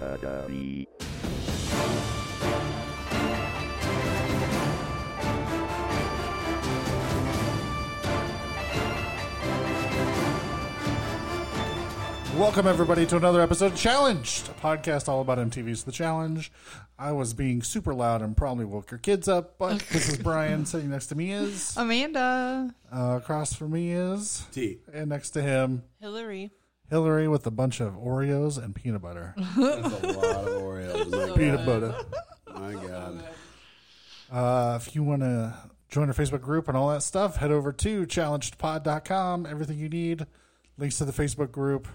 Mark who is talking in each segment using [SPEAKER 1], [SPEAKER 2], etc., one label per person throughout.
[SPEAKER 1] Academy.
[SPEAKER 2] Welcome, everybody, to another episode of Challenged, a podcast all about MTV's The Challenge. I was being super loud and probably woke your kids up, but this is Brian. Sitting next to me is,
[SPEAKER 3] Amanda.
[SPEAKER 2] uh, across from me is,
[SPEAKER 4] T.
[SPEAKER 2] and next to him,
[SPEAKER 3] Hillary.
[SPEAKER 2] Hillary with a bunch of Oreos and peanut butter.
[SPEAKER 4] That's a lot of Oreos. Like,
[SPEAKER 2] peanut butter.
[SPEAKER 4] my God.
[SPEAKER 2] Uh, if you want to join our Facebook group and all that stuff, head over to challengedpod.com. Everything you need, links to the Facebook group,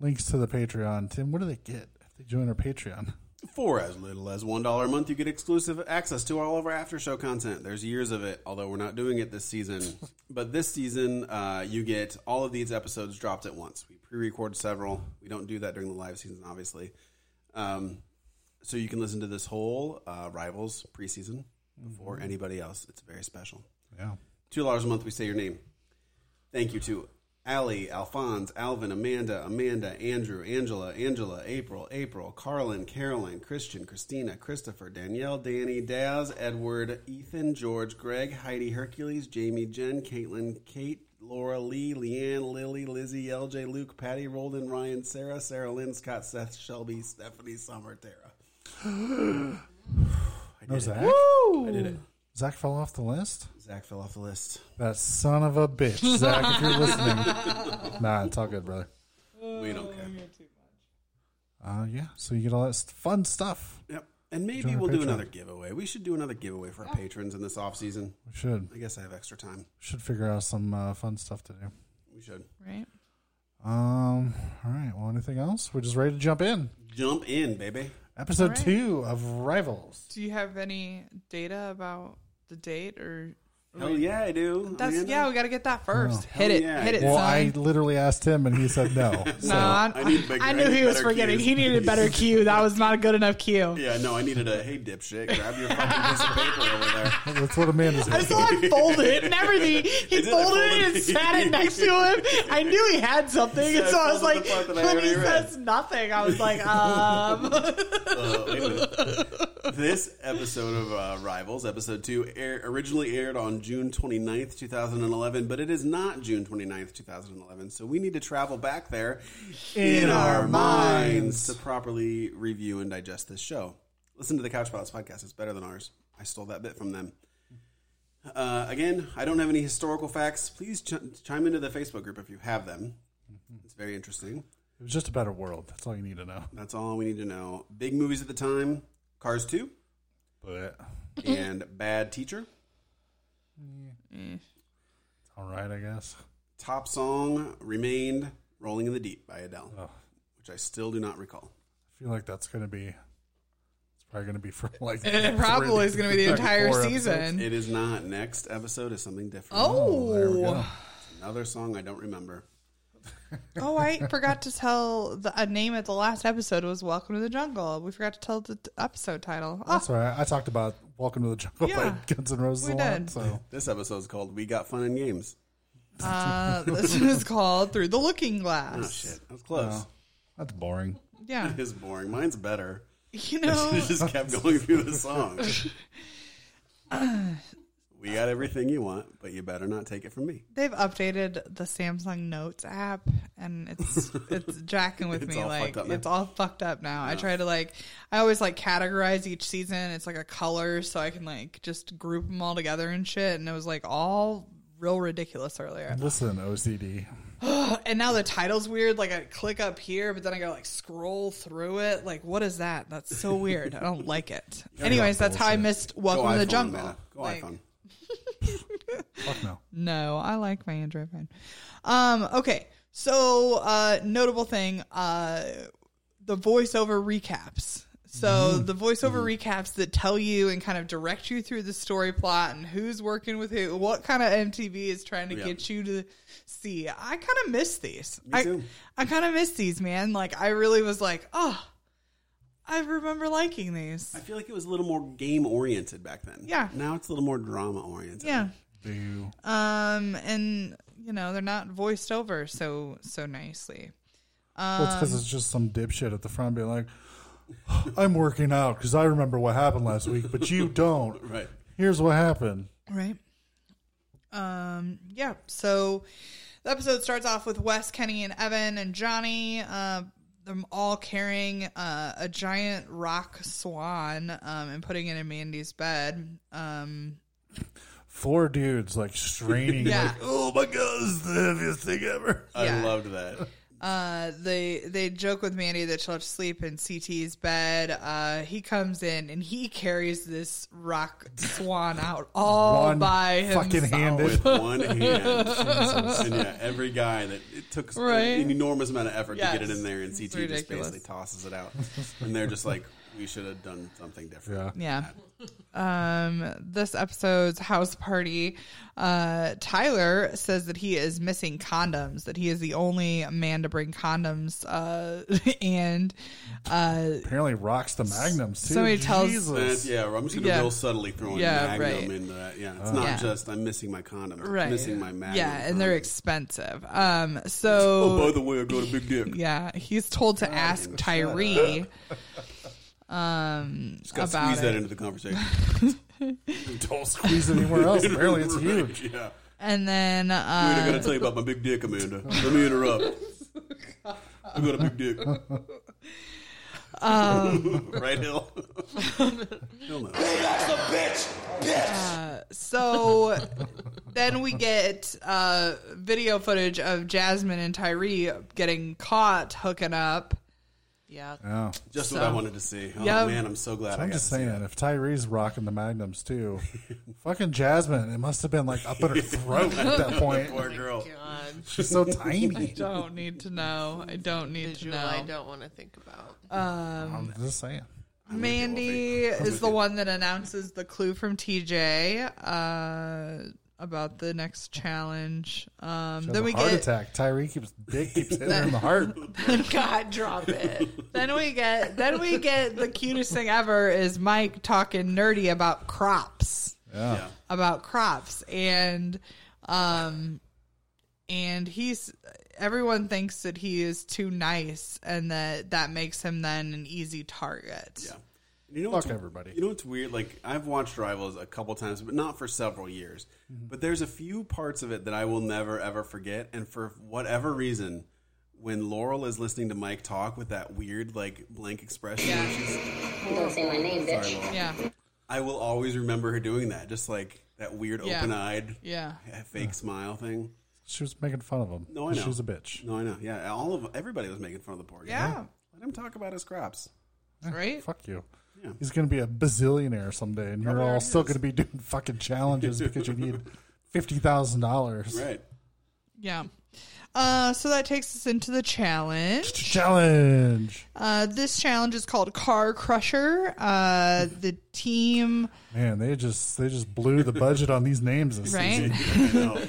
[SPEAKER 2] links to the Patreon. Tim, what do they get if they join our Patreon?
[SPEAKER 4] For as little as $1 a month, you get exclusive access to all of our after show content. There's years of it, although we're not doing it this season. But this season, uh, you get all of these episodes dropped at once. We pre record several. We don't do that during the live season, obviously. Um, so you can listen to this whole uh, Rivals preseason before anybody else. It's very special.
[SPEAKER 2] Yeah.
[SPEAKER 4] Two dollars a month. We say your name. Thank you to Allie, Alphonse, Alvin, Amanda, Amanda, Andrew, Angela, Angela, April, April, Carlin, Caroline, Christian, Christina, Christopher, Danielle, Danny, Daz, Edward, Ethan, George, Greg, Heidi, Hercules, Jamie, Jen, Caitlin, Kate, Laura, Lee, Leanne, Lily, Lizzie, LJ, Luke, Patty, Rolden, Ryan, Sarah, Sarah Lynn, Scott, Seth, Shelby, Stephanie, Summer, Tara. I
[SPEAKER 2] No,
[SPEAKER 4] did it.
[SPEAKER 2] Zach.
[SPEAKER 4] I did it.
[SPEAKER 2] Zach fell off the list?
[SPEAKER 4] Zach fell off the list.
[SPEAKER 2] That son of a bitch, Zach, if you're listening. nah, it's all good, brother.
[SPEAKER 4] We don't care.
[SPEAKER 2] Uh, yeah, so you get all that st- fun stuff.
[SPEAKER 4] Yep. And maybe
[SPEAKER 2] Join our
[SPEAKER 4] we'll do
[SPEAKER 2] Patreon.
[SPEAKER 4] another giveaway. We should do another giveaway for our patrons in this off season.
[SPEAKER 2] We should
[SPEAKER 4] I guess I have extra time.
[SPEAKER 2] should figure out some uh, fun stuff to do.
[SPEAKER 4] We should
[SPEAKER 3] Right.
[SPEAKER 2] Um, all right. Well, anything else? We're just ready to jump in.
[SPEAKER 4] jump in, baby.
[SPEAKER 2] Episode
[SPEAKER 3] right.
[SPEAKER 2] two of Rivals.
[SPEAKER 3] Do you have any data about the date or?
[SPEAKER 4] Hell yeah, I do.
[SPEAKER 3] That's
[SPEAKER 4] Amanda.
[SPEAKER 3] yeah. We got to get that first. Hit
[SPEAKER 4] Hell
[SPEAKER 3] it.
[SPEAKER 4] yeah.
[SPEAKER 3] Hit it.
[SPEAKER 2] Well,
[SPEAKER 3] son.
[SPEAKER 2] Oh. I literally asked him, and he said no.
[SPEAKER 3] no, I,
[SPEAKER 4] I need bigger-
[SPEAKER 3] I
[SPEAKER 4] I
[SPEAKER 3] knew
[SPEAKER 4] need
[SPEAKER 3] he was
[SPEAKER 4] better
[SPEAKER 3] forgetting.
[SPEAKER 4] cues.
[SPEAKER 3] He needed a better cue. That was not a good enough cue.
[SPEAKER 4] Yeah, no, I needed a hey dipshit. Grab your fucking piece of paper over there.
[SPEAKER 2] That's what Amanda's.
[SPEAKER 3] I saw him fold it and everything. He
[SPEAKER 4] did, I
[SPEAKER 3] folded
[SPEAKER 4] folded
[SPEAKER 3] it and
[SPEAKER 4] it.
[SPEAKER 3] sat it next to him. I knew he had something,
[SPEAKER 4] said,
[SPEAKER 3] and so I was
[SPEAKER 4] "Folded
[SPEAKER 3] like,
[SPEAKER 4] the part that I
[SPEAKER 3] when he
[SPEAKER 4] already read."
[SPEAKER 3] says nothing, I was like, um,
[SPEAKER 4] Uh, wait a minute. This episode of uh, Rivals, episode two, air, originally aired on June 29th, 2011, but it is not June 29th, 2011. So we need to travel back there
[SPEAKER 2] In our minds.
[SPEAKER 4] to properly review and digest this show. Listen to the Couch Pilots podcast. It's better than ours. I stole that bit from them. Uh, again, I don't have any historical facts. Please ch- chime into the Facebook group if you have them.
[SPEAKER 2] Mm-hmm.
[SPEAKER 4] It's very interesting.
[SPEAKER 2] It was just a better world. That's all you need to know.
[SPEAKER 4] That's all we need to know. Big movies at the time Cars 2
[SPEAKER 2] But
[SPEAKER 3] Mm-hmm.
[SPEAKER 4] and Bad Teacher.
[SPEAKER 2] all right, I guess.
[SPEAKER 4] Top song remained Rolling in the Deep by Adele,
[SPEAKER 2] Oh,
[SPEAKER 4] which I still do not recall.
[SPEAKER 2] I feel like that's gonna be. It's probably gonna be for like.
[SPEAKER 3] it probably is going to be the entire
[SPEAKER 2] Four episodes.
[SPEAKER 3] season.
[SPEAKER 4] It is not. Next episode is something different.
[SPEAKER 2] There we
[SPEAKER 3] Oh,
[SPEAKER 2] go.
[SPEAKER 4] Another song I don't remember.
[SPEAKER 3] Oh, I forgot to tell the a name at the last episode was "Welcome to the Jungle." We forgot to tell the t- episode title. Oh,
[SPEAKER 2] That's all right. I talked about Welcome to the Jungle
[SPEAKER 3] Yeah.
[SPEAKER 2] by Guns N' Roses a
[SPEAKER 3] We
[SPEAKER 2] lot.
[SPEAKER 3] did.
[SPEAKER 2] So
[SPEAKER 4] This episode is called We Got Fun and Games.
[SPEAKER 3] uh, this is called "Through the Looking
[SPEAKER 4] Oh,
[SPEAKER 3] Glass."
[SPEAKER 4] shit. That was close.
[SPEAKER 2] that's boring.
[SPEAKER 3] Yeah,
[SPEAKER 4] It is boring. Mine's better.
[SPEAKER 3] you
[SPEAKER 4] They
[SPEAKER 3] know,
[SPEAKER 4] just kept going through the song. we got everything you want, but you better not take it from me.
[SPEAKER 3] they've updated the Samsung Notes app, and it's it's jacking with
[SPEAKER 4] It's
[SPEAKER 3] me.
[SPEAKER 4] all
[SPEAKER 3] Like
[SPEAKER 4] fucked up now.
[SPEAKER 3] it's all fucked up now. I try to like, I always like categorize each season. It's like a color, so I can like just group them all together and shit. And it was like all real ridiculous earlier.
[SPEAKER 2] Listen, OCD.
[SPEAKER 3] And now the title's weird. Like I click up here, but then I gotta like scroll through it. Like, what is that? That's so weird. I don't like it. Anyways, that's how I missed Welcome to the
[SPEAKER 4] iPhone,
[SPEAKER 3] Jungle.
[SPEAKER 4] Matt. Go
[SPEAKER 3] Like,
[SPEAKER 4] iPhone.
[SPEAKER 2] Fuck no.
[SPEAKER 3] No, I like my Android phone. Um, okay. So uh notable thing, uh the voiceover recaps. So
[SPEAKER 4] Mm-hmm.
[SPEAKER 3] the voiceover recaps that tell you and kind of direct you through the story plot and who's working with who, what kind of MTV is trying to
[SPEAKER 4] Yeah.
[SPEAKER 3] get you to see. I kind of miss these. I
[SPEAKER 4] too.
[SPEAKER 3] I kind of miss these, man. Like I really was like, oh, I remember liking these.
[SPEAKER 4] I feel like it was a little more game oriented back then.
[SPEAKER 3] Yeah.
[SPEAKER 4] Now it's a little more drama oriented.
[SPEAKER 3] Yeah.
[SPEAKER 2] Do
[SPEAKER 3] Um, and you know they're not voiced over so so nicely.
[SPEAKER 2] Well, it's because it's just some dipshit at the front being like, "I'm working out because I remember what happened last week, but you don't.
[SPEAKER 4] Right.
[SPEAKER 2] Here's what happened."
[SPEAKER 3] Right. Um, yeah. So the episode starts off with Wes, Kenny, and Evan and Johnny. Uh, them all carrying uh, a giant rock swan um, and putting it in Mandy's bed. Um,
[SPEAKER 2] Four dudes like straining,
[SPEAKER 3] Yeah.
[SPEAKER 2] like, "Oh my god, this is the heaviest thing ever."
[SPEAKER 4] I
[SPEAKER 3] Yeah.
[SPEAKER 4] loved that.
[SPEAKER 3] uh, they they joke with Mandy that she'll have to sleep in CT's bed. Uh, he comes in and he carries this rock swan out all
[SPEAKER 2] One
[SPEAKER 3] by himself.
[SPEAKER 2] fucking handed.
[SPEAKER 4] With one hand. and yeah, every guy that it took s-
[SPEAKER 3] Right.
[SPEAKER 4] an enormous amount of effort to get it
[SPEAKER 3] Yes.
[SPEAKER 4] in there, and
[SPEAKER 3] It's
[SPEAKER 4] CT just
[SPEAKER 3] ridiculous.
[SPEAKER 4] basically tosses it out. And they're just like, we should have done something different.
[SPEAKER 2] Yeah.
[SPEAKER 3] Yeah. Um, this episode's house party, uh, Tyler says that he is missing condoms, that he is the only man to bring condoms, uh, and, uh,
[SPEAKER 2] Apparently, rocks the magnums too.
[SPEAKER 3] Somebody tells-
[SPEAKER 4] That's-
[SPEAKER 2] Jesus.
[SPEAKER 4] yeah, I'm just gonna
[SPEAKER 3] Yeah.
[SPEAKER 4] real subtly throw in
[SPEAKER 3] Yeah,
[SPEAKER 4] magnum
[SPEAKER 3] right.
[SPEAKER 4] into that. Yeah,
[SPEAKER 2] Uh.
[SPEAKER 4] it's not
[SPEAKER 3] Yeah.
[SPEAKER 4] just I'm missing my condom, I'm
[SPEAKER 3] right.
[SPEAKER 4] missing my magnum.
[SPEAKER 3] Yeah, and they're expensive. Um, so,
[SPEAKER 4] oh, by the way, I got a big dick.
[SPEAKER 3] yeah, he's told to ask
[SPEAKER 4] shut
[SPEAKER 3] Tyree, um,
[SPEAKER 4] Just gotta
[SPEAKER 3] about
[SPEAKER 4] squeeze that
[SPEAKER 3] it.
[SPEAKER 4] into the conversation.
[SPEAKER 2] Don't squeeze anywhere else. Apparently, it's huge.
[SPEAKER 4] Yeah.
[SPEAKER 3] And then,
[SPEAKER 4] Wait, I
[SPEAKER 3] uh,
[SPEAKER 4] gotta tell you about my big dick, Amanda. Let me interrupt. I got a big dick.
[SPEAKER 3] Um,
[SPEAKER 4] right, Hill? Hill knows.
[SPEAKER 3] so then we get uh, video footage of Jasmine and Tyree getting caught hooking up.
[SPEAKER 1] Yeah.
[SPEAKER 2] Yeah.
[SPEAKER 4] Just what
[SPEAKER 3] So-
[SPEAKER 4] I wanted to see. Oh,
[SPEAKER 3] Yeah.
[SPEAKER 4] man, I'm so glad i
[SPEAKER 2] I'm
[SPEAKER 4] got
[SPEAKER 2] just
[SPEAKER 4] to see
[SPEAKER 2] saying,
[SPEAKER 4] that.
[SPEAKER 2] if Tyree's rocking the magnums too, fucking Jasmine, it must have been like up at her throat at that point.
[SPEAKER 4] Poor girl.
[SPEAKER 1] God.
[SPEAKER 2] She's so tiny.
[SPEAKER 3] Don't need to know. I don't need to
[SPEAKER 1] Visual
[SPEAKER 3] know. Oh.
[SPEAKER 1] I don't want to think about.
[SPEAKER 3] Um,
[SPEAKER 2] I'm just saying.
[SPEAKER 3] Mandy is the one that announces the clue from TJ uh, about the next challenge. Um,
[SPEAKER 2] She has
[SPEAKER 3] then
[SPEAKER 2] a
[SPEAKER 3] we
[SPEAKER 2] heart
[SPEAKER 3] get
[SPEAKER 2] attack. Tyree keeps dick keeps hitting her in the heart.
[SPEAKER 1] God, drop it.
[SPEAKER 3] then we get then we get the cutest thing ever is Mike talking nerdy about crops.
[SPEAKER 4] Yeah.
[SPEAKER 3] about crops and um and he's everyone thinks that he is too nice and that that makes him then an easy target
[SPEAKER 4] Yeah. You know
[SPEAKER 2] Fuck
[SPEAKER 4] what's-
[SPEAKER 2] everybody.
[SPEAKER 4] You know what's weird? Like I've watched Rivals a couple times, but not for several years. But there's a few parts of it that I will never ever forget. And for whatever reason, when Laurel is listening to Mike talk with that weird like blank expression,
[SPEAKER 3] Yeah.
[SPEAKER 4] where she's,
[SPEAKER 5] Don't say my name, bitch.
[SPEAKER 3] yeah
[SPEAKER 4] I will always remember her doing that. Just like that weird
[SPEAKER 3] Yeah.
[SPEAKER 4] open-eyed
[SPEAKER 3] yeah
[SPEAKER 4] fake smile thing.
[SPEAKER 2] She was making fun of him.
[SPEAKER 4] No, I know.
[SPEAKER 2] She was a bitch.
[SPEAKER 4] No, I know. Yeah, all of everybody was making fun of the poor guy.
[SPEAKER 3] Yeah.
[SPEAKER 4] Let him talk about his crops.
[SPEAKER 3] right
[SPEAKER 2] Fuck you.
[SPEAKER 4] Yeah.
[SPEAKER 2] He's gonna be a bazillionaire someday, and you're
[SPEAKER 4] Probably
[SPEAKER 2] all
[SPEAKER 4] already
[SPEAKER 2] still
[SPEAKER 4] is.
[SPEAKER 2] gonna be doing fucking challenges because you need fifty thousand dollars.
[SPEAKER 4] Right.
[SPEAKER 3] yeah uh, so that takes us into the challenge.
[SPEAKER 2] Challenge.
[SPEAKER 3] Uh, this challenge is called Car Crusher. Uh, the team,
[SPEAKER 2] Man, they just they just blew the budget on these names. This
[SPEAKER 3] right?
[SPEAKER 2] season.
[SPEAKER 4] I know.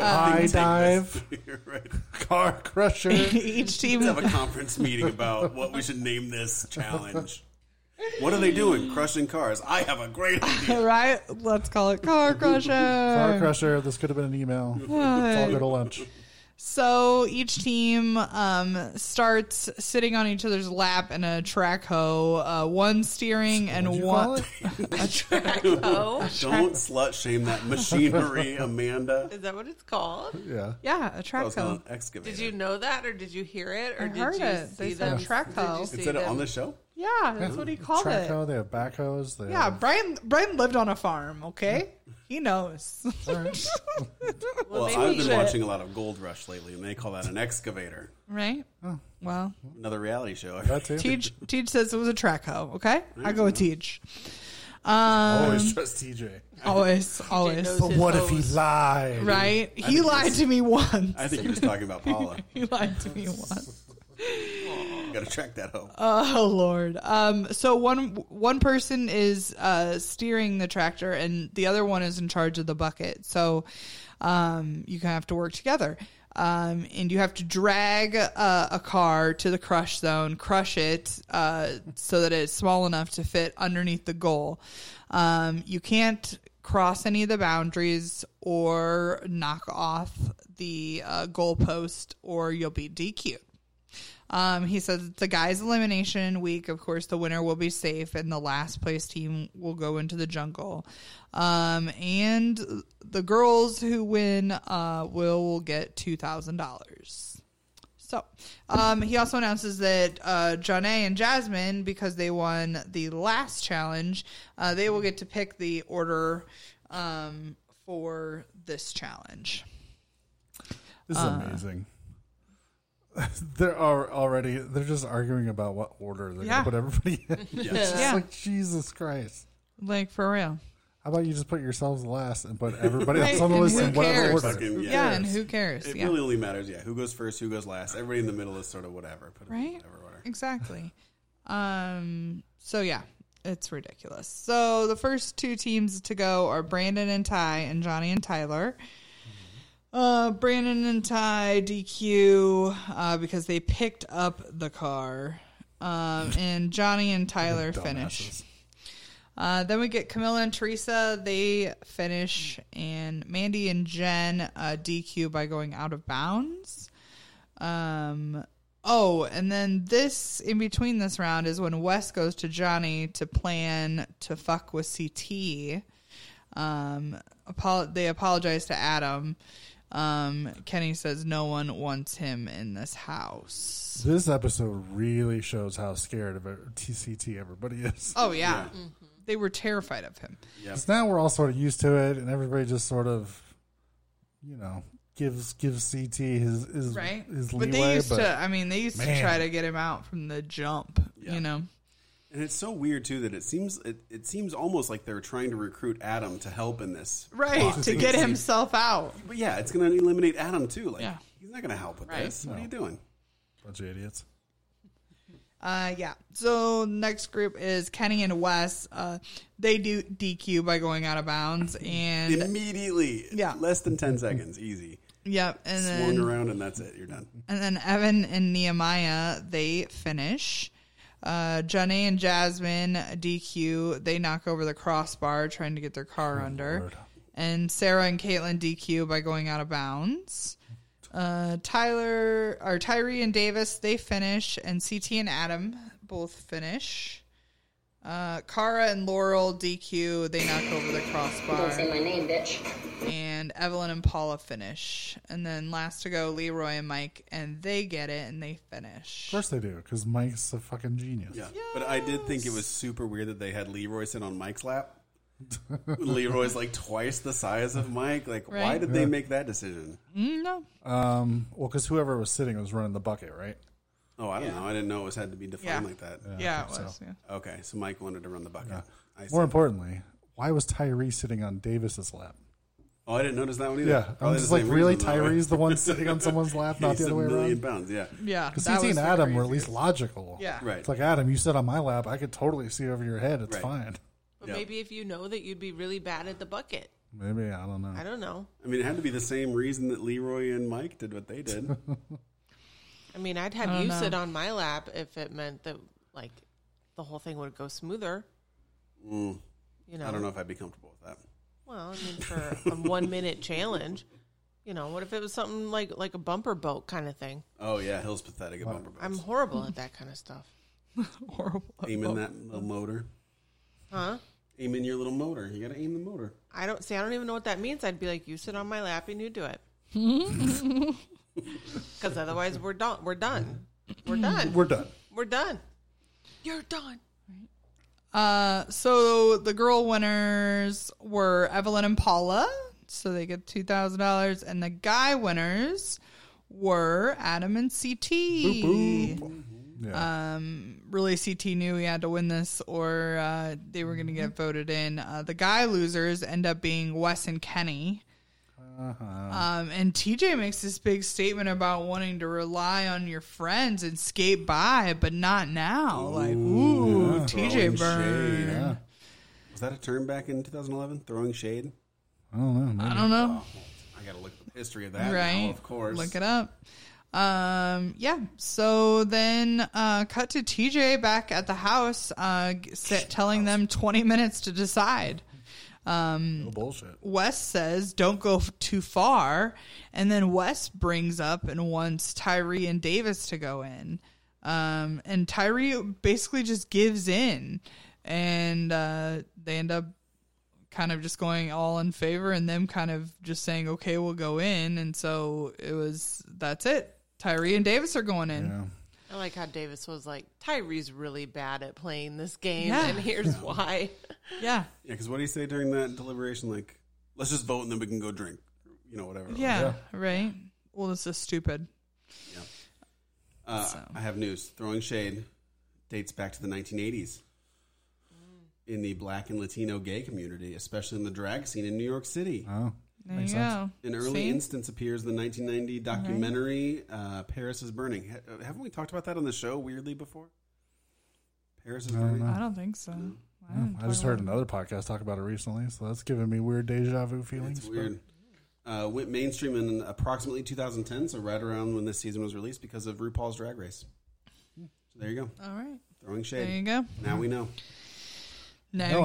[SPEAKER 2] High dive,
[SPEAKER 4] You're right.
[SPEAKER 2] car crusher.
[SPEAKER 3] Each team
[SPEAKER 4] Let's have a conference meeting about what we should name this challenge. What are they doing? Crushing cars. I have a great idea.
[SPEAKER 3] right? Let's call it Car Crusher. Uh.
[SPEAKER 2] Car crusher. This could have been an email. Let's all go to lunch.
[SPEAKER 3] So each team um, starts sitting on each other's lap in a track hoe, uh, one steering and
[SPEAKER 2] What'd you call
[SPEAKER 3] one.
[SPEAKER 2] it?
[SPEAKER 1] Oh,
[SPEAKER 4] Don't slut shame that machinery, Amanda.
[SPEAKER 1] is that what it's called?
[SPEAKER 2] Yeah.
[SPEAKER 3] Yeah, a
[SPEAKER 4] I
[SPEAKER 3] track
[SPEAKER 4] was
[SPEAKER 3] hoe.
[SPEAKER 4] going to excavate.
[SPEAKER 1] Did you know that, or did you hear it, or
[SPEAKER 3] I
[SPEAKER 1] did
[SPEAKER 3] heard
[SPEAKER 1] you
[SPEAKER 3] it. They
[SPEAKER 1] see
[SPEAKER 3] said
[SPEAKER 1] them?
[SPEAKER 3] track hoe.
[SPEAKER 1] Did you
[SPEAKER 4] It
[SPEAKER 1] see
[SPEAKER 4] said it
[SPEAKER 1] them?
[SPEAKER 4] on the show?
[SPEAKER 3] Yeah, that's what he called
[SPEAKER 2] Track
[SPEAKER 3] it.
[SPEAKER 2] hoe, They have backhoes. They
[SPEAKER 3] Yeah,
[SPEAKER 2] have-
[SPEAKER 3] Brian. Brian lived on a farm. Okay, he knows.
[SPEAKER 4] Well,
[SPEAKER 1] maybe
[SPEAKER 4] I've been
[SPEAKER 1] you
[SPEAKER 4] watching a lot of Gold Rush lately, and they call that an excavator.
[SPEAKER 3] right.
[SPEAKER 2] Oh.
[SPEAKER 3] Well,
[SPEAKER 4] Another reality show.
[SPEAKER 2] that too.
[SPEAKER 3] Teach Teach says it was a track hoe. Okay, I go with
[SPEAKER 4] Mm-hmm.
[SPEAKER 3] Teach. Um,
[SPEAKER 2] Always trust TJ.
[SPEAKER 3] always, always.
[SPEAKER 1] knows
[SPEAKER 2] But
[SPEAKER 1] his
[SPEAKER 2] what if he
[SPEAKER 1] hoes.
[SPEAKER 2] lied?
[SPEAKER 3] Right? He lied to me once.
[SPEAKER 4] I think you're just talking about Paula.
[SPEAKER 3] He lied to me once.
[SPEAKER 4] Got to track that hoe.
[SPEAKER 3] Oh Lord. Um. So one one person is uh, steering the tractor, and the other one is in charge of the bucket. So, um, you kind of have to work together. Um, and you have to drag uh, a car to the crush zone, crush it uh, so that it's small enough to fit underneath the goal. Um, you can't cross any of the boundaries or knock off the uh, goalpost, or you'll be DQ'd. Um, he says it's a guys' elimination week. Of course, the winner will be safe, and the last place team will go into the jungle. Um, and the girls who win uh, will get two thousand dollars. So, um, he also announces that uh, John A and Jasmine, because they won the last challenge, uh, they will get to pick the order um, for this challenge.
[SPEAKER 2] This is
[SPEAKER 3] Uh.
[SPEAKER 2] amazing. there are already they're just arguing about what order they're
[SPEAKER 3] Yeah.
[SPEAKER 2] gonna put everybody in.
[SPEAKER 4] Yes.
[SPEAKER 2] It's
[SPEAKER 3] Yeah.
[SPEAKER 2] like Jesus Christ.
[SPEAKER 3] Like for real.
[SPEAKER 2] How about you just put yourselves last and put everybody else
[SPEAKER 3] Right,
[SPEAKER 2] on the
[SPEAKER 3] and
[SPEAKER 2] list
[SPEAKER 3] who
[SPEAKER 2] in whatever
[SPEAKER 3] cares?
[SPEAKER 2] order?
[SPEAKER 4] Fucking,
[SPEAKER 3] Yeah,
[SPEAKER 4] yeah.
[SPEAKER 3] and who cares?
[SPEAKER 4] It
[SPEAKER 3] yeah.
[SPEAKER 4] really only matters, yeah. Who goes first, who goes last. Everybody in the middle is sort of whatever. Put it in
[SPEAKER 3] Right?
[SPEAKER 4] Whatever order.
[SPEAKER 3] Exactly. Um, so yeah, it's ridiculous. So the first two teams to go are Brandon and Ty and Johnny and Tyler. Uh, Brandon and Ty DQ uh, because they picked up the car. Um, and Johnny and Tyler finish. Uh, then we get Camilla and Teresa. They finish, and Mandy and Jen uh, DQ by going out of bounds. Um, oh, and then this in between this round is when Wes goes to Johnny to plan to fuck with CT. Um, apo- they apologize to Adam. Um, Kenny says no one wants him in this house.
[SPEAKER 2] This episode really shows how scared of it- TCT everybody is.
[SPEAKER 3] Oh yeah, they were terrified of him.
[SPEAKER 4] Yep.
[SPEAKER 2] 'Cause now we're all sort of used to it, and everybody just sort of, you know, gives gives CT his his
[SPEAKER 3] right?
[SPEAKER 2] his
[SPEAKER 3] but
[SPEAKER 2] leeway.
[SPEAKER 3] they used
[SPEAKER 2] but
[SPEAKER 3] to. I mean, they used to
[SPEAKER 2] Man.
[SPEAKER 3] try to get him out from the jump.
[SPEAKER 4] Yeah.
[SPEAKER 3] You know,
[SPEAKER 4] And it's so weird too that it seems it, it seems almost like they're trying to recruit Adam to help in this.
[SPEAKER 3] right?
[SPEAKER 4] plot.
[SPEAKER 3] to get himself out.
[SPEAKER 4] But yeah, it's going to eliminate Adam too. Like
[SPEAKER 3] Yeah.
[SPEAKER 4] he's not going to help with
[SPEAKER 1] Right.
[SPEAKER 4] this. What are you doing?
[SPEAKER 2] bunch of idiots.
[SPEAKER 3] Uh, yeah. So next group is Kenny and Wes. Uh, they do DQ by going out of bounds, and
[SPEAKER 4] Immediately.
[SPEAKER 3] Yeah.
[SPEAKER 4] Less than 10 seconds. Easy.
[SPEAKER 3] yep, and
[SPEAKER 4] Swung
[SPEAKER 3] then
[SPEAKER 4] around and that's it. You're done.
[SPEAKER 3] and then Evan and Nehemiah they finish. Uh, Johnny and Jasmine DQ. They knock over the crossbar trying to get their car under.
[SPEAKER 2] Lord.
[SPEAKER 3] and Sarah and Caitlin DQ by going out of bounds. Uh, Tyler or Tyree and Davis they finish, and CT and Adam both finish. Uh, Kara and Laurel DQ. They knock over the
[SPEAKER 5] Don't say
[SPEAKER 3] crossbar,
[SPEAKER 5] my name, bitch.
[SPEAKER 3] and Evelyn and Paula finish. And then last to go, Leroy and Mike, and they get it and they finish.
[SPEAKER 2] Of course they do, because Mike's a fucking genius.
[SPEAKER 4] Yeah. But I did think it was super weird that they had Leroy sit on Mike's lap. Leroy's like twice the size of Mike. Like, why
[SPEAKER 3] Right.
[SPEAKER 4] did they make that decision?
[SPEAKER 3] Mm, no,
[SPEAKER 2] Um. Well, because whoever was sitting was running the bucket, right?
[SPEAKER 4] Oh, I don't know. I didn't know it was had to be defined
[SPEAKER 3] Yeah.
[SPEAKER 4] like that.
[SPEAKER 3] yeah, it was. Yeah.
[SPEAKER 4] Okay, so Mike wanted to run the bucket. I see.
[SPEAKER 2] More importantly, why was Tyree sitting on Davis's lap?
[SPEAKER 4] oh, I didn't notice that one either.
[SPEAKER 2] Yeah, I'm
[SPEAKER 4] Probably
[SPEAKER 2] just
[SPEAKER 4] the
[SPEAKER 2] like,
[SPEAKER 4] same
[SPEAKER 2] really,
[SPEAKER 4] reason, though, right?
[SPEAKER 2] Tyree's the one sitting on someone's lap, not
[SPEAKER 4] He's
[SPEAKER 2] the other
[SPEAKER 4] a
[SPEAKER 2] way around.
[SPEAKER 4] million pounds. Yeah,
[SPEAKER 3] yeah
[SPEAKER 2] Because
[SPEAKER 3] that
[SPEAKER 2] CT
[SPEAKER 3] was
[SPEAKER 2] and
[SPEAKER 3] the
[SPEAKER 2] Adam were
[SPEAKER 3] crazy-
[SPEAKER 2] at least logical.
[SPEAKER 3] Yeah.
[SPEAKER 4] right.
[SPEAKER 2] It's like Adam, you sit on my lap. I could totally see over your head. It's
[SPEAKER 4] Right.
[SPEAKER 2] fine.
[SPEAKER 1] But
[SPEAKER 4] Yeah.
[SPEAKER 1] maybe if you know that you'd be really bad at the bucket.
[SPEAKER 2] Maybe I don't know.
[SPEAKER 1] I don't know.
[SPEAKER 4] I mean, it had to be the same reason that Leroy and Mike did what they did.
[SPEAKER 1] I mean, I'd have
[SPEAKER 3] don't
[SPEAKER 1] you
[SPEAKER 3] know.
[SPEAKER 1] sit on my lap if it meant that like the whole thing would go smoother.
[SPEAKER 4] Mm,
[SPEAKER 1] You know.
[SPEAKER 4] I don't know if I'd be comfortable with that.
[SPEAKER 1] Well, I mean, for a one minute challenge, you know, what if it was something like like a bumper boat kind of thing?
[SPEAKER 4] Oh yeah, Hill's pathetic at bumper boats.
[SPEAKER 1] I'm horrible at that kind of stuff,
[SPEAKER 3] horrible.
[SPEAKER 4] aiming that little motor.
[SPEAKER 1] huh?
[SPEAKER 4] Aiming your little motor. You got to aim the motor.
[SPEAKER 1] I don't see. I don't even know what that means. I'd be like, you sit on my lap and you do it, because otherwise we're done. We're done. We're done.
[SPEAKER 2] We're done.
[SPEAKER 1] We're done. You're done.
[SPEAKER 3] Uh, so the girl winners were Evelyn and Paula, so they get two thousand dollars, and the guy winners were Adam and CT.
[SPEAKER 2] Yeah.
[SPEAKER 3] Really, CT knew he had to win this, or uh, they were going to
[SPEAKER 4] Mm-hmm.
[SPEAKER 3] get voted in. Uh, the guy losers end up being Wes and Kenny.
[SPEAKER 4] Uh-huh.
[SPEAKER 3] Um, and TJ makes this big statement about wanting to rely on your friends and skate by, but not now. like, ooh, TJ
[SPEAKER 4] Throwing shade,
[SPEAKER 3] burn.
[SPEAKER 4] huh? Was that a term back in 2011? Throwing shade.
[SPEAKER 2] I don't know.
[SPEAKER 3] I
[SPEAKER 2] Maybe.
[SPEAKER 3] don't know.
[SPEAKER 4] Oh, I got to look at the history of that.
[SPEAKER 3] right?
[SPEAKER 4] Now, of course.
[SPEAKER 3] Look it up. Um, yeah. So then, uh, cut to TJ back at the house, uh, g- sa- telling them 20 minutes to decide.
[SPEAKER 2] No bullshit.
[SPEAKER 3] Wes says, don't go f- too far. And then Wes brings up and wants Tyree and Davis to go in. Um, and Tyree basically just gives in, and uh, they end up kind of just going all in favor, and them kind of just saying, "Okay, we'll go in." And so it was that's it. Tyree and Davis are going in.
[SPEAKER 2] Yeah.
[SPEAKER 1] I like how Davis was like, Tyree's really bad at playing this game,
[SPEAKER 3] Yeah.
[SPEAKER 1] and here's why.
[SPEAKER 3] yeah.
[SPEAKER 4] Yeah, because what do you say during that deliberation? Like, let's just vote and then we can go drink, you know, whatever.
[SPEAKER 3] Yeah, right. Well, this is stupid.
[SPEAKER 4] Uh,
[SPEAKER 3] So.
[SPEAKER 4] I have news. Throwing shade dates back to the 1980s
[SPEAKER 3] Mm.
[SPEAKER 4] in the black and Latino gay community, especially in the drag scene in New York City.
[SPEAKER 2] Oh,
[SPEAKER 3] There
[SPEAKER 2] Makes
[SPEAKER 3] you
[SPEAKER 2] sense.
[SPEAKER 3] go.
[SPEAKER 4] An early
[SPEAKER 3] Uh, See?
[SPEAKER 4] instance appears in the 1990 documentary uh, "Paris is Burning." Ha- uh, haven't we talked about that on the show weirdly before? Paris is
[SPEAKER 2] I don't
[SPEAKER 4] burning.
[SPEAKER 2] know.
[SPEAKER 3] I don't think so. I,
[SPEAKER 2] Yeah,
[SPEAKER 3] didn't
[SPEAKER 2] I just
[SPEAKER 3] talk
[SPEAKER 2] heard
[SPEAKER 3] about-
[SPEAKER 2] another podcast talk about it recently, so that's giving me weird deja vu feelings.
[SPEAKER 4] It's
[SPEAKER 2] but-
[SPEAKER 4] weird. Uh, went mainstream in approximately 2010, so right around when this season was released, because of RuPaul's Drag Race. So there you go,
[SPEAKER 3] All right.
[SPEAKER 4] throwing
[SPEAKER 3] Oh. There you
[SPEAKER 4] shade.
[SPEAKER 3] go.
[SPEAKER 4] Now we know.
[SPEAKER 3] Now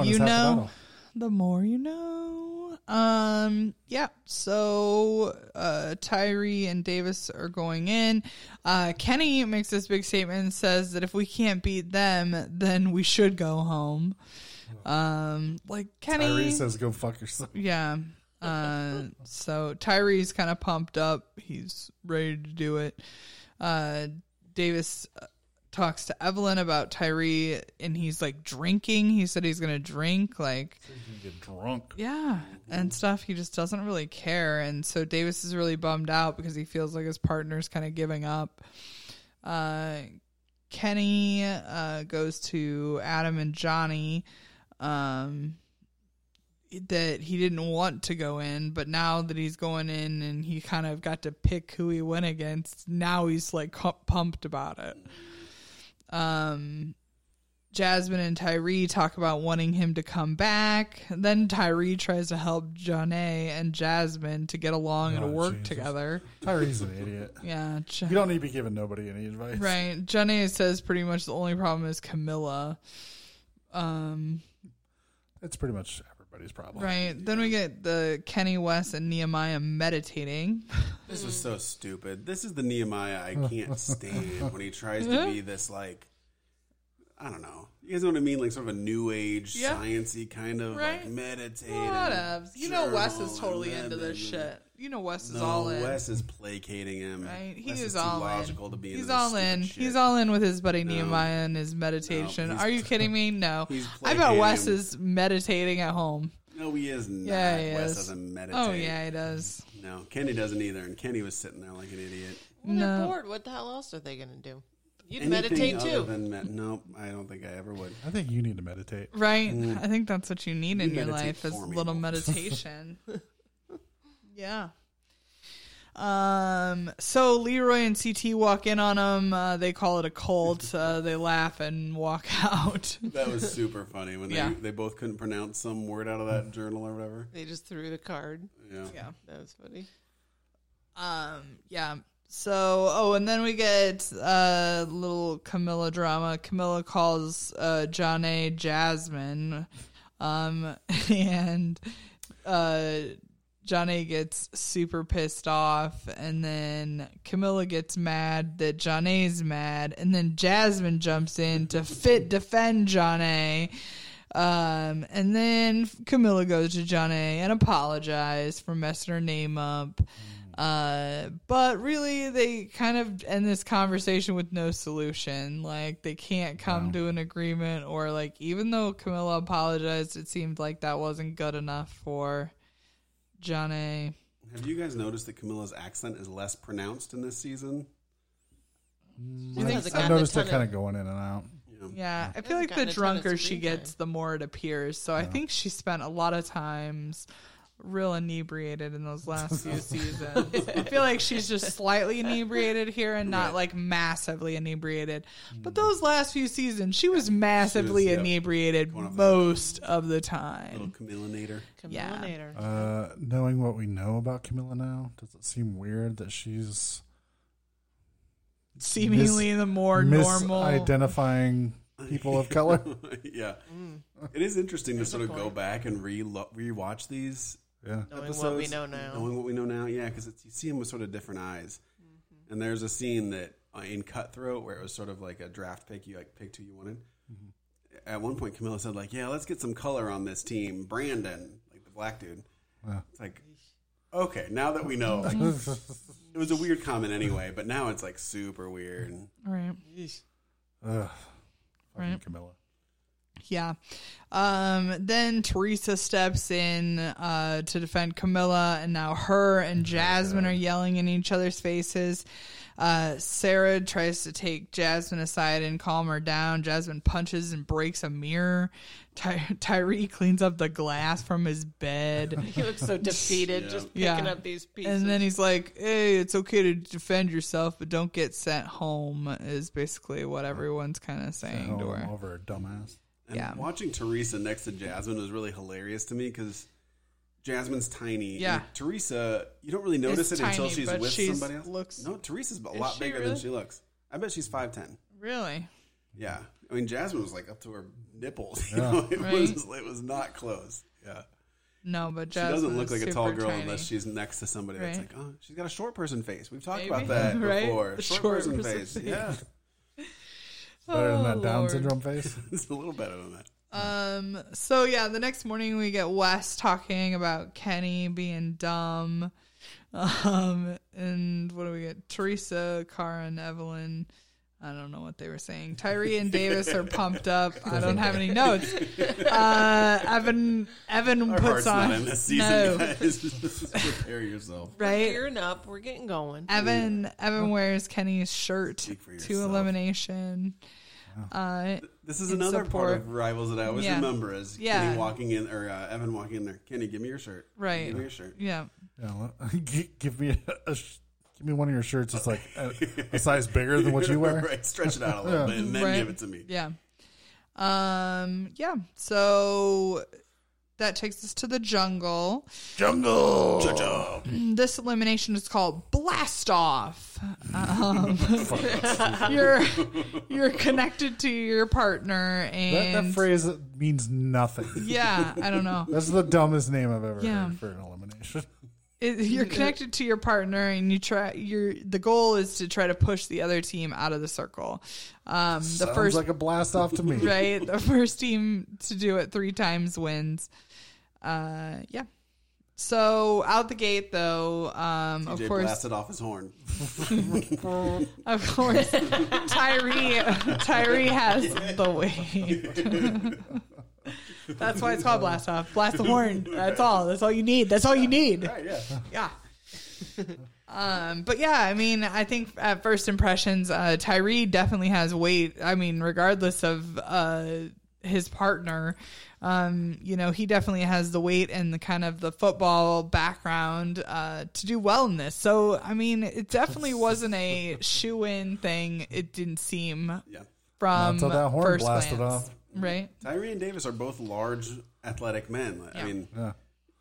[SPEAKER 2] and it's
[SPEAKER 3] you
[SPEAKER 2] half the
[SPEAKER 3] know.
[SPEAKER 2] battle.
[SPEAKER 3] The more you know. Um yeah, so uh Tyree and Davis are going in. Uh Kenny makes this big statement and says that if we can't beat them, then we should go home. Um like Kenny
[SPEAKER 2] Tyree says, "Go fuck yourself."
[SPEAKER 3] Yeah. Uh, so Tyree's kind of pumped up. He's ready to do it. Uh, Davis uh, talks to Evelyn about Tyree, and he's like drinking. He said he's going to drink, like,
[SPEAKER 2] Get drunk.
[SPEAKER 3] yeah, and stuff. He just doesn't really care. And so Davis is really bummed out because he feels like his partner's kind of giving up. Uh, Kenny uh, goes to Adam and Johnny um, that he didn't want to go in, but now that he's going in and he kind of got to pick who he went against, now he's like cu- pumped about it. Um, Jasmine and Tyree talk about wanting him to come back. Then Tyree tries to help Johnny and Jasmine to get along
[SPEAKER 2] Oh,
[SPEAKER 3] and work
[SPEAKER 2] Jesus.
[SPEAKER 3] together.
[SPEAKER 2] Tyree's an idiot.
[SPEAKER 3] Yeah, Jo-
[SPEAKER 2] You don't need to be giving nobody any advice.
[SPEAKER 3] Right. Jenny says pretty much the only problem is Camilla. Um,
[SPEAKER 2] That's pretty much everybody's problem.
[SPEAKER 3] right. Then we get the Kenny West and Nehemiah meditating.
[SPEAKER 4] This was
[SPEAKER 3] Mm.
[SPEAKER 4] so stupid. This is the Nehemiah I can't stand when he tries to be this like I don't know. You guys know what I mean? Like sort of a new age,
[SPEAKER 3] Yeah.
[SPEAKER 4] sciency kind of like
[SPEAKER 3] Right.
[SPEAKER 4] meditate.
[SPEAKER 3] Whatevs. You know Wes
[SPEAKER 4] journal
[SPEAKER 3] is totally
[SPEAKER 4] and
[SPEAKER 3] into this
[SPEAKER 4] blah, blah, blah.
[SPEAKER 3] shit. You know Wes is
[SPEAKER 4] No,
[SPEAKER 3] all in.
[SPEAKER 4] Wes is placating him.
[SPEAKER 3] Right, he
[SPEAKER 4] Wes
[SPEAKER 3] is
[SPEAKER 4] too
[SPEAKER 3] all
[SPEAKER 4] logical
[SPEAKER 3] in.
[SPEAKER 4] to be. into
[SPEAKER 3] he's
[SPEAKER 4] this
[SPEAKER 3] all
[SPEAKER 4] stupid
[SPEAKER 3] in.
[SPEAKER 4] shit.
[SPEAKER 3] He's all in with his buddy Nehemiah and his meditation.
[SPEAKER 4] he's-
[SPEAKER 3] Are you kidding me? No,
[SPEAKER 4] he's
[SPEAKER 3] I bet Wes
[SPEAKER 4] placating.
[SPEAKER 3] is meditating at home.
[SPEAKER 4] No, he is not.
[SPEAKER 3] Yeah, he
[SPEAKER 4] Wes
[SPEAKER 3] is.
[SPEAKER 4] doesn't meditate.
[SPEAKER 3] Oh yeah, he does.
[SPEAKER 4] No, Kenny doesn't either, and Kenny was sitting there like an idiot.
[SPEAKER 1] When they're
[SPEAKER 3] No.
[SPEAKER 1] bored. What the hell else are they going to do? You'd
[SPEAKER 4] Anything
[SPEAKER 1] meditate
[SPEAKER 4] other
[SPEAKER 1] too.
[SPEAKER 4] Than med- no, I don't think I ever would.
[SPEAKER 2] I think you need to meditate.
[SPEAKER 3] Right. I think that's what you need in your
[SPEAKER 4] Mm. meditate
[SPEAKER 3] life is a
[SPEAKER 4] for me,
[SPEAKER 3] little
[SPEAKER 4] Mom.
[SPEAKER 3] meditation. yeah. Um. So Leroy and CT walk in on them. Uh, they call it a cult. Uh, they laugh and walk out.
[SPEAKER 4] That was super funny when they,
[SPEAKER 3] Yeah.
[SPEAKER 4] they both couldn't pronounce some word out of that journal or whatever.
[SPEAKER 1] They just threw the card.
[SPEAKER 4] Yeah.
[SPEAKER 3] yeah.
[SPEAKER 1] That was funny.
[SPEAKER 3] Um. Yeah. So, oh, and then we get uh, little Camilla drama. Camilla calls uh, John A. Jasmine, um, and uh, John A. gets super pissed off, and then Camilla gets mad that John A.'s mad, and then Jasmine jumps in to fit defend John A. Um, and then Camilla goes to John A. and apologizes for messing her name up. Uh, but really, they kind of end this conversation with no solution. Like they can't come to an agreement, or like even though Camilla apologized, it seemed like that wasn't good enough for John A.
[SPEAKER 4] Have you guys noticed that Camilla's accent is less pronounced in this season?
[SPEAKER 1] She hasn't
[SPEAKER 2] I
[SPEAKER 1] gotten a
[SPEAKER 2] Mm. noticed it
[SPEAKER 1] ton
[SPEAKER 2] kind of going in and out.
[SPEAKER 3] Yeah, I feel
[SPEAKER 1] Hasn't
[SPEAKER 3] like the
[SPEAKER 1] gotten a ton of
[SPEAKER 3] drunker she
[SPEAKER 1] screen
[SPEAKER 3] gets,
[SPEAKER 1] time.
[SPEAKER 3] the more it appears. So I think she spent a lot of times real inebriated in those last few seasons. I feel like she's just slightly inebriated here and not like massively inebriated. But those last few seasons, Mm. she was massively
[SPEAKER 4] yep,
[SPEAKER 3] inebriated most of the time.
[SPEAKER 4] Little Camillanator.
[SPEAKER 1] Camilla
[SPEAKER 3] Yeah.
[SPEAKER 1] Nader.
[SPEAKER 2] Uh, knowing what we know about Camilla now, does it seem weird that she's
[SPEAKER 3] Seemingly the more normal.
[SPEAKER 2] misidentifying people of color?
[SPEAKER 4] yeah. It is interesting to sort of go back and re rewatch these
[SPEAKER 2] Yeah.
[SPEAKER 1] Knowing
[SPEAKER 4] episodes.
[SPEAKER 1] what we know now.
[SPEAKER 4] Knowing what we know now, yeah, because you see him with sort of different eyes. And there's a scene that uh, in Cutthroat, where it was sort of like a draft pick. You like picked who you wanted.
[SPEAKER 1] Mm-hmm.
[SPEAKER 4] At one point, Camilla said, "Like, yeah, let's get some color on this team." Brandon, like the black dude. It's like, okay, now that we know, like, it was a weird comment anyway, but now it's like super weird.
[SPEAKER 3] Right.
[SPEAKER 2] Ugh. Fucking
[SPEAKER 3] Right.
[SPEAKER 2] Camilla.
[SPEAKER 3] Yeah. Um, then Teresa steps in uh, to defend Camilla, and now her and Jasmine are yelling in each other's faces. Uh, Sarah tries to take Jasmine aside and calm her down. Jasmine punches and breaks a mirror. Ty- Tyree cleans up the glass from his bed.
[SPEAKER 1] He looks so defeated, just picking
[SPEAKER 3] Yeah.
[SPEAKER 1] up these pieces.
[SPEAKER 3] And then he's like, "Hey, it's okay to defend yourself, but don't get sent home." Is basically what everyone's kind of saying to
[SPEAKER 2] Oh,
[SPEAKER 3] her.
[SPEAKER 2] I'm over a dumbass.
[SPEAKER 4] And
[SPEAKER 3] Yeah.
[SPEAKER 4] watching Teresa next to Jasmine was really hilarious to me because Jasmine's tiny.
[SPEAKER 3] Yeah.
[SPEAKER 4] And Teresa, you don't really notice
[SPEAKER 3] Is
[SPEAKER 4] it until
[SPEAKER 3] tiny,
[SPEAKER 4] she's
[SPEAKER 3] but
[SPEAKER 4] with
[SPEAKER 3] she's-
[SPEAKER 4] somebody else.
[SPEAKER 3] looks-
[SPEAKER 4] no, Teresa's a lot
[SPEAKER 3] she
[SPEAKER 4] bigger than
[SPEAKER 3] really?
[SPEAKER 4] she looks. I bet she's 5'10.
[SPEAKER 3] Really?
[SPEAKER 4] Yeah. I mean, Jasmine was like up to her nipples. You know, it,
[SPEAKER 3] Right.
[SPEAKER 4] was, it was not close. Yeah.
[SPEAKER 3] No, but
[SPEAKER 4] She
[SPEAKER 3] Jasmine
[SPEAKER 4] doesn't look
[SPEAKER 3] is
[SPEAKER 4] like a tall
[SPEAKER 3] super
[SPEAKER 4] girl
[SPEAKER 3] tiny.
[SPEAKER 4] unless she's next to somebody that's
[SPEAKER 3] Right.
[SPEAKER 4] like, oh, she's got a short person face. We've talked
[SPEAKER 3] Maybe.
[SPEAKER 4] about that
[SPEAKER 3] Right?
[SPEAKER 4] before.
[SPEAKER 3] The
[SPEAKER 4] Short,
[SPEAKER 3] short
[SPEAKER 4] person,
[SPEAKER 3] person
[SPEAKER 4] face.
[SPEAKER 3] face.
[SPEAKER 4] Yeah.
[SPEAKER 2] Better than that
[SPEAKER 3] Oh,
[SPEAKER 2] Down
[SPEAKER 3] Lord.
[SPEAKER 2] syndrome face.
[SPEAKER 4] it's a little better than that.
[SPEAKER 3] Um. So yeah, the next morning we get Wes talking about Kenny being dumb, um, and what do we get? Teresa, Cara, and Evelyn. I don't know what they were saying. Tyree and Davis are pumped up. I don't have any notes. Uh, Evan Evan
[SPEAKER 4] Our
[SPEAKER 3] puts
[SPEAKER 4] heart's
[SPEAKER 3] on
[SPEAKER 4] not in this season,
[SPEAKER 3] no,
[SPEAKER 4] guys. Just prepare yourself.
[SPEAKER 3] right.
[SPEAKER 1] gearing up, we're getting going.
[SPEAKER 3] Evan Evan wears Kenny's shirt
[SPEAKER 4] for
[SPEAKER 3] to
[SPEAKER 4] yourself.
[SPEAKER 3] elimination. Uh,
[SPEAKER 4] This is
[SPEAKER 3] in
[SPEAKER 4] another part
[SPEAKER 3] support.
[SPEAKER 4] of Rivals that I always
[SPEAKER 3] Yeah.
[SPEAKER 4] remember is
[SPEAKER 3] Yeah.
[SPEAKER 4] Kenny walking in or uh, Evan walking in there. Kenny, give me your shirt.
[SPEAKER 3] Right.
[SPEAKER 4] Give me your shirt.
[SPEAKER 3] yeah.
[SPEAKER 2] Yeah, well, gi- give me a, a sh- give me one of your shirts. It's like a, a size bigger than what you wear.
[SPEAKER 4] right. Stretch it out a little bit and then
[SPEAKER 3] Right.
[SPEAKER 4] give it to me.
[SPEAKER 3] Yeah. Um, yeah. So that takes us to the jungle.
[SPEAKER 2] Jungle.
[SPEAKER 3] This elimination is called Blast Off. Um, you're you're connected to your partner
[SPEAKER 2] That,
[SPEAKER 3] and
[SPEAKER 2] that phrase means nothing.
[SPEAKER 3] yeah, I don't know.
[SPEAKER 2] That's the dumbest name I've ever
[SPEAKER 3] Yeah.
[SPEAKER 2] heard for an elimination.
[SPEAKER 3] It, you're connected to your partner and you try your the goal is to try to push the other team out of the circle. Um, the
[SPEAKER 2] Sounds
[SPEAKER 3] first
[SPEAKER 2] like a blast off to me.
[SPEAKER 3] right? The first team to do it three times wins. Uh, yeah. So out the gate, though, um, of
[SPEAKER 4] Jay
[SPEAKER 3] course,
[SPEAKER 4] blasted off his horn.
[SPEAKER 3] of course, Tyree, Tyree has the weight. That's why it's called blast off. Blast the horn. That's all. That's all you need. That's all you need.
[SPEAKER 4] Right, yeah.
[SPEAKER 3] Yeah. um, but yeah, I mean, I think at first impressions, uh, Tyree definitely has weight. I mean, regardless of uh, his partner, um, you know, he definitely has the weight and the kind of the football background uh, to do well in this. So, I mean, it definitely wasn't a shoe in thing. It didn't seem
[SPEAKER 4] Yeah.
[SPEAKER 3] from
[SPEAKER 2] until that horn
[SPEAKER 3] first
[SPEAKER 2] blasted
[SPEAKER 3] glance,
[SPEAKER 2] off.
[SPEAKER 3] right?
[SPEAKER 4] Tyree and Davis are both large, athletic men. I
[SPEAKER 3] Yeah.
[SPEAKER 4] mean,
[SPEAKER 2] Yeah.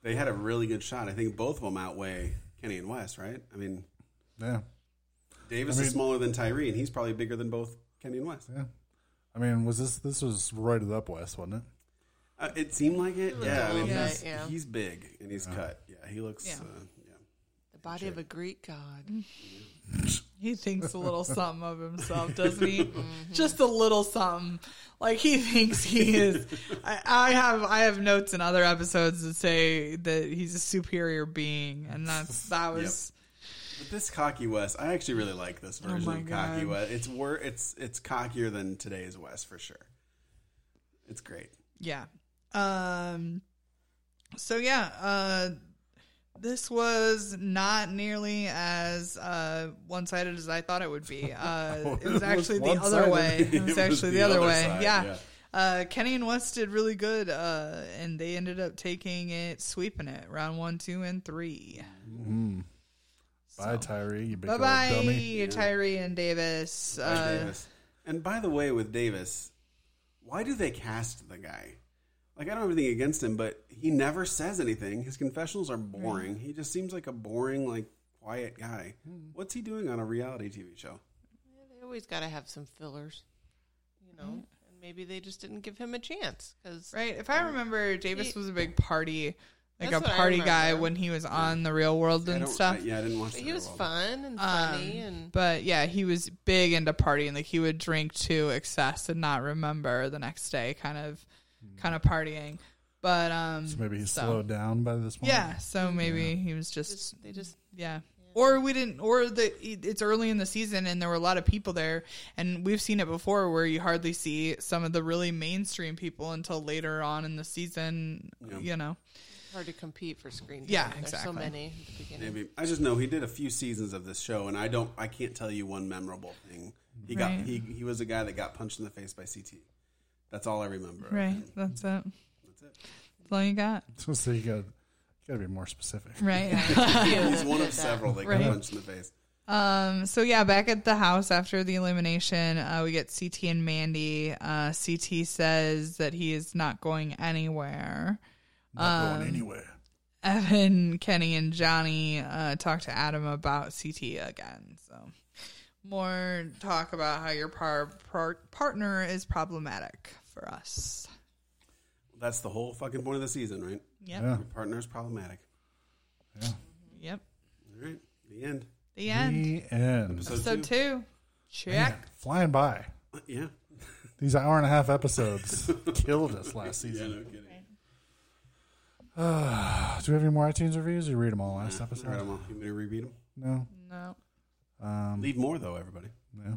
[SPEAKER 4] they had a really good shot. I think both of them outweigh Kenny and West, right? I mean,
[SPEAKER 2] Yeah.
[SPEAKER 4] Davis is smaller than Tyree, and he's probably bigger than both Kenny and West.
[SPEAKER 2] I mean, was this this was right at up west, wasn't it?
[SPEAKER 4] Uh, it seemed like it. Yeah, I mean,
[SPEAKER 1] Yeah,
[SPEAKER 4] he's,
[SPEAKER 1] yeah.
[SPEAKER 4] he's big and he's cut. Yeah, he looks.
[SPEAKER 3] Yeah.
[SPEAKER 4] Uh, yeah.
[SPEAKER 1] The body of a Greek god.
[SPEAKER 3] He thinks a little something of himself, doesn't he? Just a little something. Like he thinks he is. I, I have I have notes in other episodes that say that he's a superior being, and that's that was
[SPEAKER 4] But this cocky West, I actually really like this version
[SPEAKER 3] my
[SPEAKER 4] of cocky
[SPEAKER 3] God.
[SPEAKER 4] West. It's wor- it's it's cockier than today's West for sure. It's great.
[SPEAKER 3] yeah. Um. So yeah, uh, this was not nearly as uh, one sided as I thought it would be.
[SPEAKER 4] Oh,
[SPEAKER 3] Uh, it was actually the
[SPEAKER 2] one-sided.
[SPEAKER 3] other way. It was
[SPEAKER 4] It was
[SPEAKER 3] actually the,
[SPEAKER 4] the
[SPEAKER 3] other,
[SPEAKER 4] other
[SPEAKER 3] way.
[SPEAKER 4] side,
[SPEAKER 3] yeah.
[SPEAKER 4] yeah.
[SPEAKER 3] Uh, Kenny and West did really good, uh, and they ended up taking it, sweeping it round one, two, and three.
[SPEAKER 2] Bye, Tyree. You big
[SPEAKER 3] Bye
[SPEAKER 2] old
[SPEAKER 3] bye,
[SPEAKER 2] dummy.
[SPEAKER 3] Tyree and Davis.
[SPEAKER 4] By
[SPEAKER 3] Uh,
[SPEAKER 4] Davis. And by the way, with Davis, why do they cast the guy? Like I don't have anything against him, but he never says anything. His confessionals are boring. He just seems like a boring, like quiet guy. What's he doing on a reality TV show?
[SPEAKER 1] Yeah, they always got to have some fillers, you
[SPEAKER 3] Mm-hmm.
[SPEAKER 1] know. And maybe they just didn't give him a chance because
[SPEAKER 3] Right. If I remember, Davis was a big party, like
[SPEAKER 1] That's
[SPEAKER 3] a
[SPEAKER 1] what I
[SPEAKER 3] party guy
[SPEAKER 1] remember.
[SPEAKER 3] when he was on the Real World
[SPEAKER 4] I
[SPEAKER 3] and
[SPEAKER 4] don't-
[SPEAKER 3] stuff.
[SPEAKER 4] I- yeah, I didn't watch.
[SPEAKER 1] He was
[SPEAKER 4] Underworld.
[SPEAKER 1] fun
[SPEAKER 3] Um,
[SPEAKER 1] and funny and
[SPEAKER 3] but yeah, he was big into partying. Like he would drink to excess and not remember the next day, kind of, kind of partying. But um,
[SPEAKER 2] Mm. So maybe he
[SPEAKER 3] so-
[SPEAKER 2] slowed down by this point.
[SPEAKER 3] Yeah, so maybe he was just
[SPEAKER 1] just they just
[SPEAKER 3] yeah. Or we didn't, or the e, it's early in the season and there were a lot of people there, and we've seen it before where you hardly see some of the really mainstream people until later on in the season. You know,
[SPEAKER 1] hard to compete for screen time.
[SPEAKER 3] Yeah,
[SPEAKER 1] There's so
[SPEAKER 3] exactly.
[SPEAKER 1] many at the beginning.
[SPEAKER 4] Maybe I just know he did a few seasons of this show, and I don't. I can't tell you one memorable thing. He got.
[SPEAKER 3] Right.
[SPEAKER 4] He he was a guy that got punched in the face by CT. That's all I remember.
[SPEAKER 3] right? That's it. That's it. That's all you got,
[SPEAKER 2] So, so you got got to be more specific.
[SPEAKER 3] right?
[SPEAKER 4] He's one of several that
[SPEAKER 3] Right.
[SPEAKER 4] got punched in the face.
[SPEAKER 3] Um, so yeah, back at the house after the elimination, uh, we get CT and Mandy. Uh, CT says that he is not going anywhere.
[SPEAKER 2] Not
[SPEAKER 3] Um,
[SPEAKER 2] going anywhere.
[SPEAKER 3] Evan, Kenny, and Johnny uh, talk to Adam about CT again. So more talk about how your par- par- partner is problematic for us.
[SPEAKER 4] That's the whole fucking point of the season, right?
[SPEAKER 3] Yep.
[SPEAKER 2] Yeah.
[SPEAKER 4] Your partner's problematic.
[SPEAKER 3] Yep.
[SPEAKER 4] All right, the end.
[SPEAKER 3] The end.
[SPEAKER 2] The end.
[SPEAKER 4] Episode
[SPEAKER 3] Episode two. Check.
[SPEAKER 2] Flying by.
[SPEAKER 4] Uh, Yeah.
[SPEAKER 2] These hour and a half episodes killed us last
[SPEAKER 4] Yeah,
[SPEAKER 2] season.
[SPEAKER 4] no kidding.
[SPEAKER 2] Do we have any more iTunes reviews? You read them all last
[SPEAKER 4] All right,
[SPEAKER 2] episode?
[SPEAKER 4] I'm off. You want me to repeat 'em?
[SPEAKER 2] No.
[SPEAKER 3] No.
[SPEAKER 2] Um,
[SPEAKER 4] Leave more though, everybody.
[SPEAKER 2] yeah.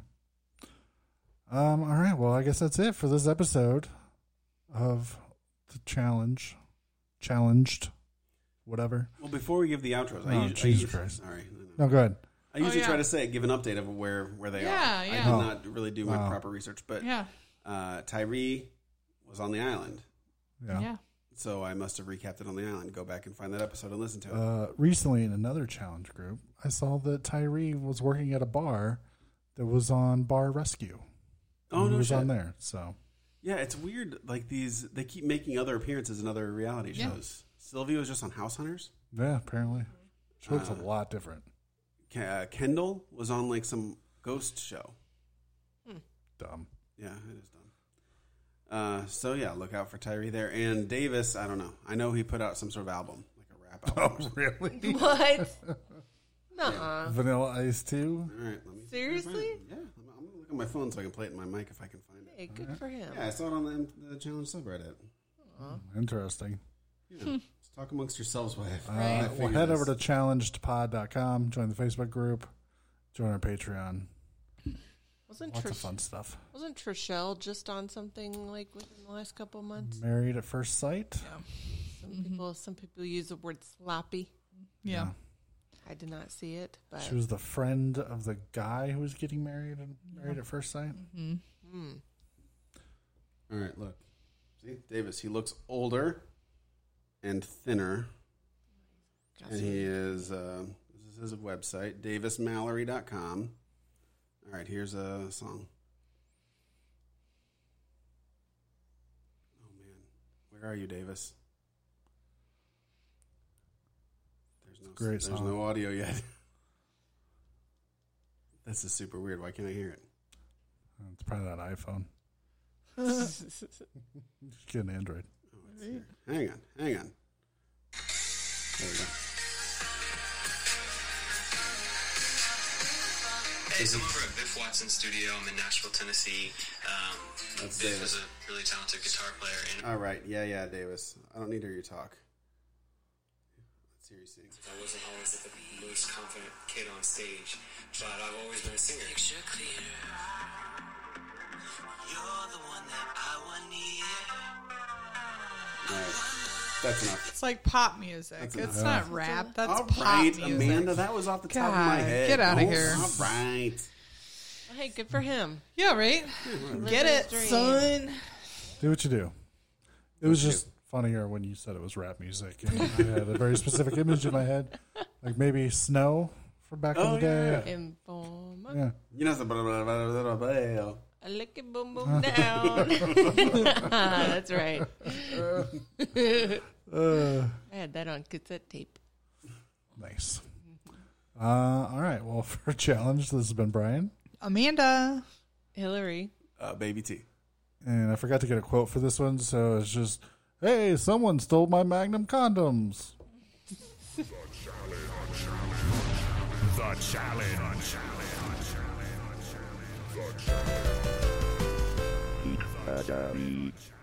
[SPEAKER 2] Um, all right. Well, I guess that's it for this episode of the challenge. Challenged. Whatever.
[SPEAKER 4] Well, before we give the outros,
[SPEAKER 2] Oh,
[SPEAKER 4] I usually,
[SPEAKER 2] Jesus
[SPEAKER 4] I usually,
[SPEAKER 2] Christ.
[SPEAKER 4] Sorry. I know.
[SPEAKER 2] No, go ahead.
[SPEAKER 4] I usually
[SPEAKER 3] Oh, yeah.
[SPEAKER 4] try to say give an update of where where they
[SPEAKER 3] Yeah,
[SPEAKER 4] are.
[SPEAKER 3] yeah.
[SPEAKER 4] I did
[SPEAKER 2] Oh.
[SPEAKER 4] not really do my
[SPEAKER 2] Wow.
[SPEAKER 4] proper research, but
[SPEAKER 3] Yeah.
[SPEAKER 4] uh, Tyree was on the island,
[SPEAKER 2] Yeah.
[SPEAKER 3] yeah.
[SPEAKER 4] so I must have recapped it on the island. Go back and find that episode and listen to it.
[SPEAKER 2] Uh, recently, in another challenge group, I saw that Tyree was working at a bar that was on Bar Rescue.
[SPEAKER 4] oh
[SPEAKER 2] he
[SPEAKER 4] no,
[SPEAKER 2] was
[SPEAKER 4] shit.
[SPEAKER 2] on there. So
[SPEAKER 4] Yeah, it's weird. Like these, they keep making other appearances in other reality
[SPEAKER 3] Yeah.
[SPEAKER 4] shows. Sylvia was just on House Hunters.
[SPEAKER 2] yeah, apparently, she looks a
[SPEAKER 4] Uh,
[SPEAKER 2] lot different.
[SPEAKER 4] Ke- uh, Kendall was on like some ghost show.
[SPEAKER 2] Dumb.
[SPEAKER 4] Yeah, it is dumb. Uh, so yeah, look out for Tyree there and Davis. I don't know. I know he put out some sort of album, like a rap album. or something.
[SPEAKER 2] Oh, really?
[SPEAKER 1] What? Nuh-uh.
[SPEAKER 2] Vanilla Ice too.
[SPEAKER 4] All right, let me
[SPEAKER 1] Seriously?
[SPEAKER 4] Yeah, I'm, I'm gonna look at my phone so I can play it in my mic if I can find it.
[SPEAKER 1] Hey, good for him.
[SPEAKER 4] Yeah, I saw it on the, the challenge subreddit.
[SPEAKER 2] Interesting.
[SPEAKER 4] Yeah. Just talk amongst yourselves, wife.
[SPEAKER 3] Right.
[SPEAKER 2] Uh, well, head over to challengedpod.com, join the Facebook group, join our Patreon.
[SPEAKER 1] Wasn't
[SPEAKER 2] Lots of
[SPEAKER 1] Trish,
[SPEAKER 2] fun stuff.
[SPEAKER 1] wasn't Trishelle just on something like within the last couple months?
[SPEAKER 2] Married at first sight.
[SPEAKER 1] Some people some people use the word sloppy.
[SPEAKER 3] Yeah.
[SPEAKER 1] I did not see it, but
[SPEAKER 2] Uh, She was the friend of the guy who was getting married and married at first sight.
[SPEAKER 1] mm,
[SPEAKER 4] All right, look. See, Davis, he looks older and thinner.
[SPEAKER 1] got
[SPEAKER 4] And
[SPEAKER 1] some-
[SPEAKER 4] he is, uh, this is his website, davismallory.com. All right, here's a song. Oh, man. Where are you, Davis? There's no,
[SPEAKER 2] great
[SPEAKER 4] there's
[SPEAKER 2] song.
[SPEAKER 4] no audio yet. this is super weird. Why can't I hear it?
[SPEAKER 2] Uh, It's probably that iPhone. Just get an Android.
[SPEAKER 4] Oh, it's
[SPEAKER 2] Mm.
[SPEAKER 4] here. Hang on, hang on. There we go.
[SPEAKER 5] Hey, so we're at Biff Watson Studio. I'm in Nashville, Tennessee. Um,
[SPEAKER 4] That's
[SPEAKER 5] Biff
[SPEAKER 4] Davis.
[SPEAKER 5] is a really talented guitar player, and
[SPEAKER 4] All right. Yeah, yeah, Davis. I don't need to hear you talk. Let's hear you sing.
[SPEAKER 5] I wasn't always the most confident kid on stage, but I've always been a singer.
[SPEAKER 6] Picture clear. You're the one that I want near.
[SPEAKER 4] All right. That's enough.
[SPEAKER 3] It's like pop music.
[SPEAKER 4] That's
[SPEAKER 3] it's
[SPEAKER 4] enough.
[SPEAKER 3] not rap. That's
[SPEAKER 4] All
[SPEAKER 3] pop
[SPEAKER 4] right,
[SPEAKER 3] music.
[SPEAKER 4] Amanda. That was off the top of my
[SPEAKER 3] God,
[SPEAKER 4] head.
[SPEAKER 3] get outta
[SPEAKER 4] Oh,
[SPEAKER 3] here.
[SPEAKER 4] All right.
[SPEAKER 1] Hey, good for him.
[SPEAKER 3] Yeah, right? Get
[SPEAKER 1] his
[SPEAKER 3] it,
[SPEAKER 1] dream.
[SPEAKER 3] son.
[SPEAKER 2] Do what you do. It was just funnier when you said it was rap music. And I had a very specific image in my head, like maybe snow from back in
[SPEAKER 4] Oh,
[SPEAKER 2] the day.
[SPEAKER 1] Informer.
[SPEAKER 2] Yeah.
[SPEAKER 4] You know, it's a blah, blah, blah, blah, blah, blah.
[SPEAKER 1] I lick it, boom, boom, down. That's right.
[SPEAKER 2] Uh,
[SPEAKER 1] I had that on cassette tape.
[SPEAKER 2] nice. Uh, all right. Well, for challenge, this has been Brian.
[SPEAKER 3] Amanda.
[SPEAKER 1] Hillary.
[SPEAKER 4] Uh, baby T.
[SPEAKER 2] and I forgot to get a quote for this one, so it's just Hey, someone stole my Magnum condoms.
[SPEAKER 7] The challenge. The challenge.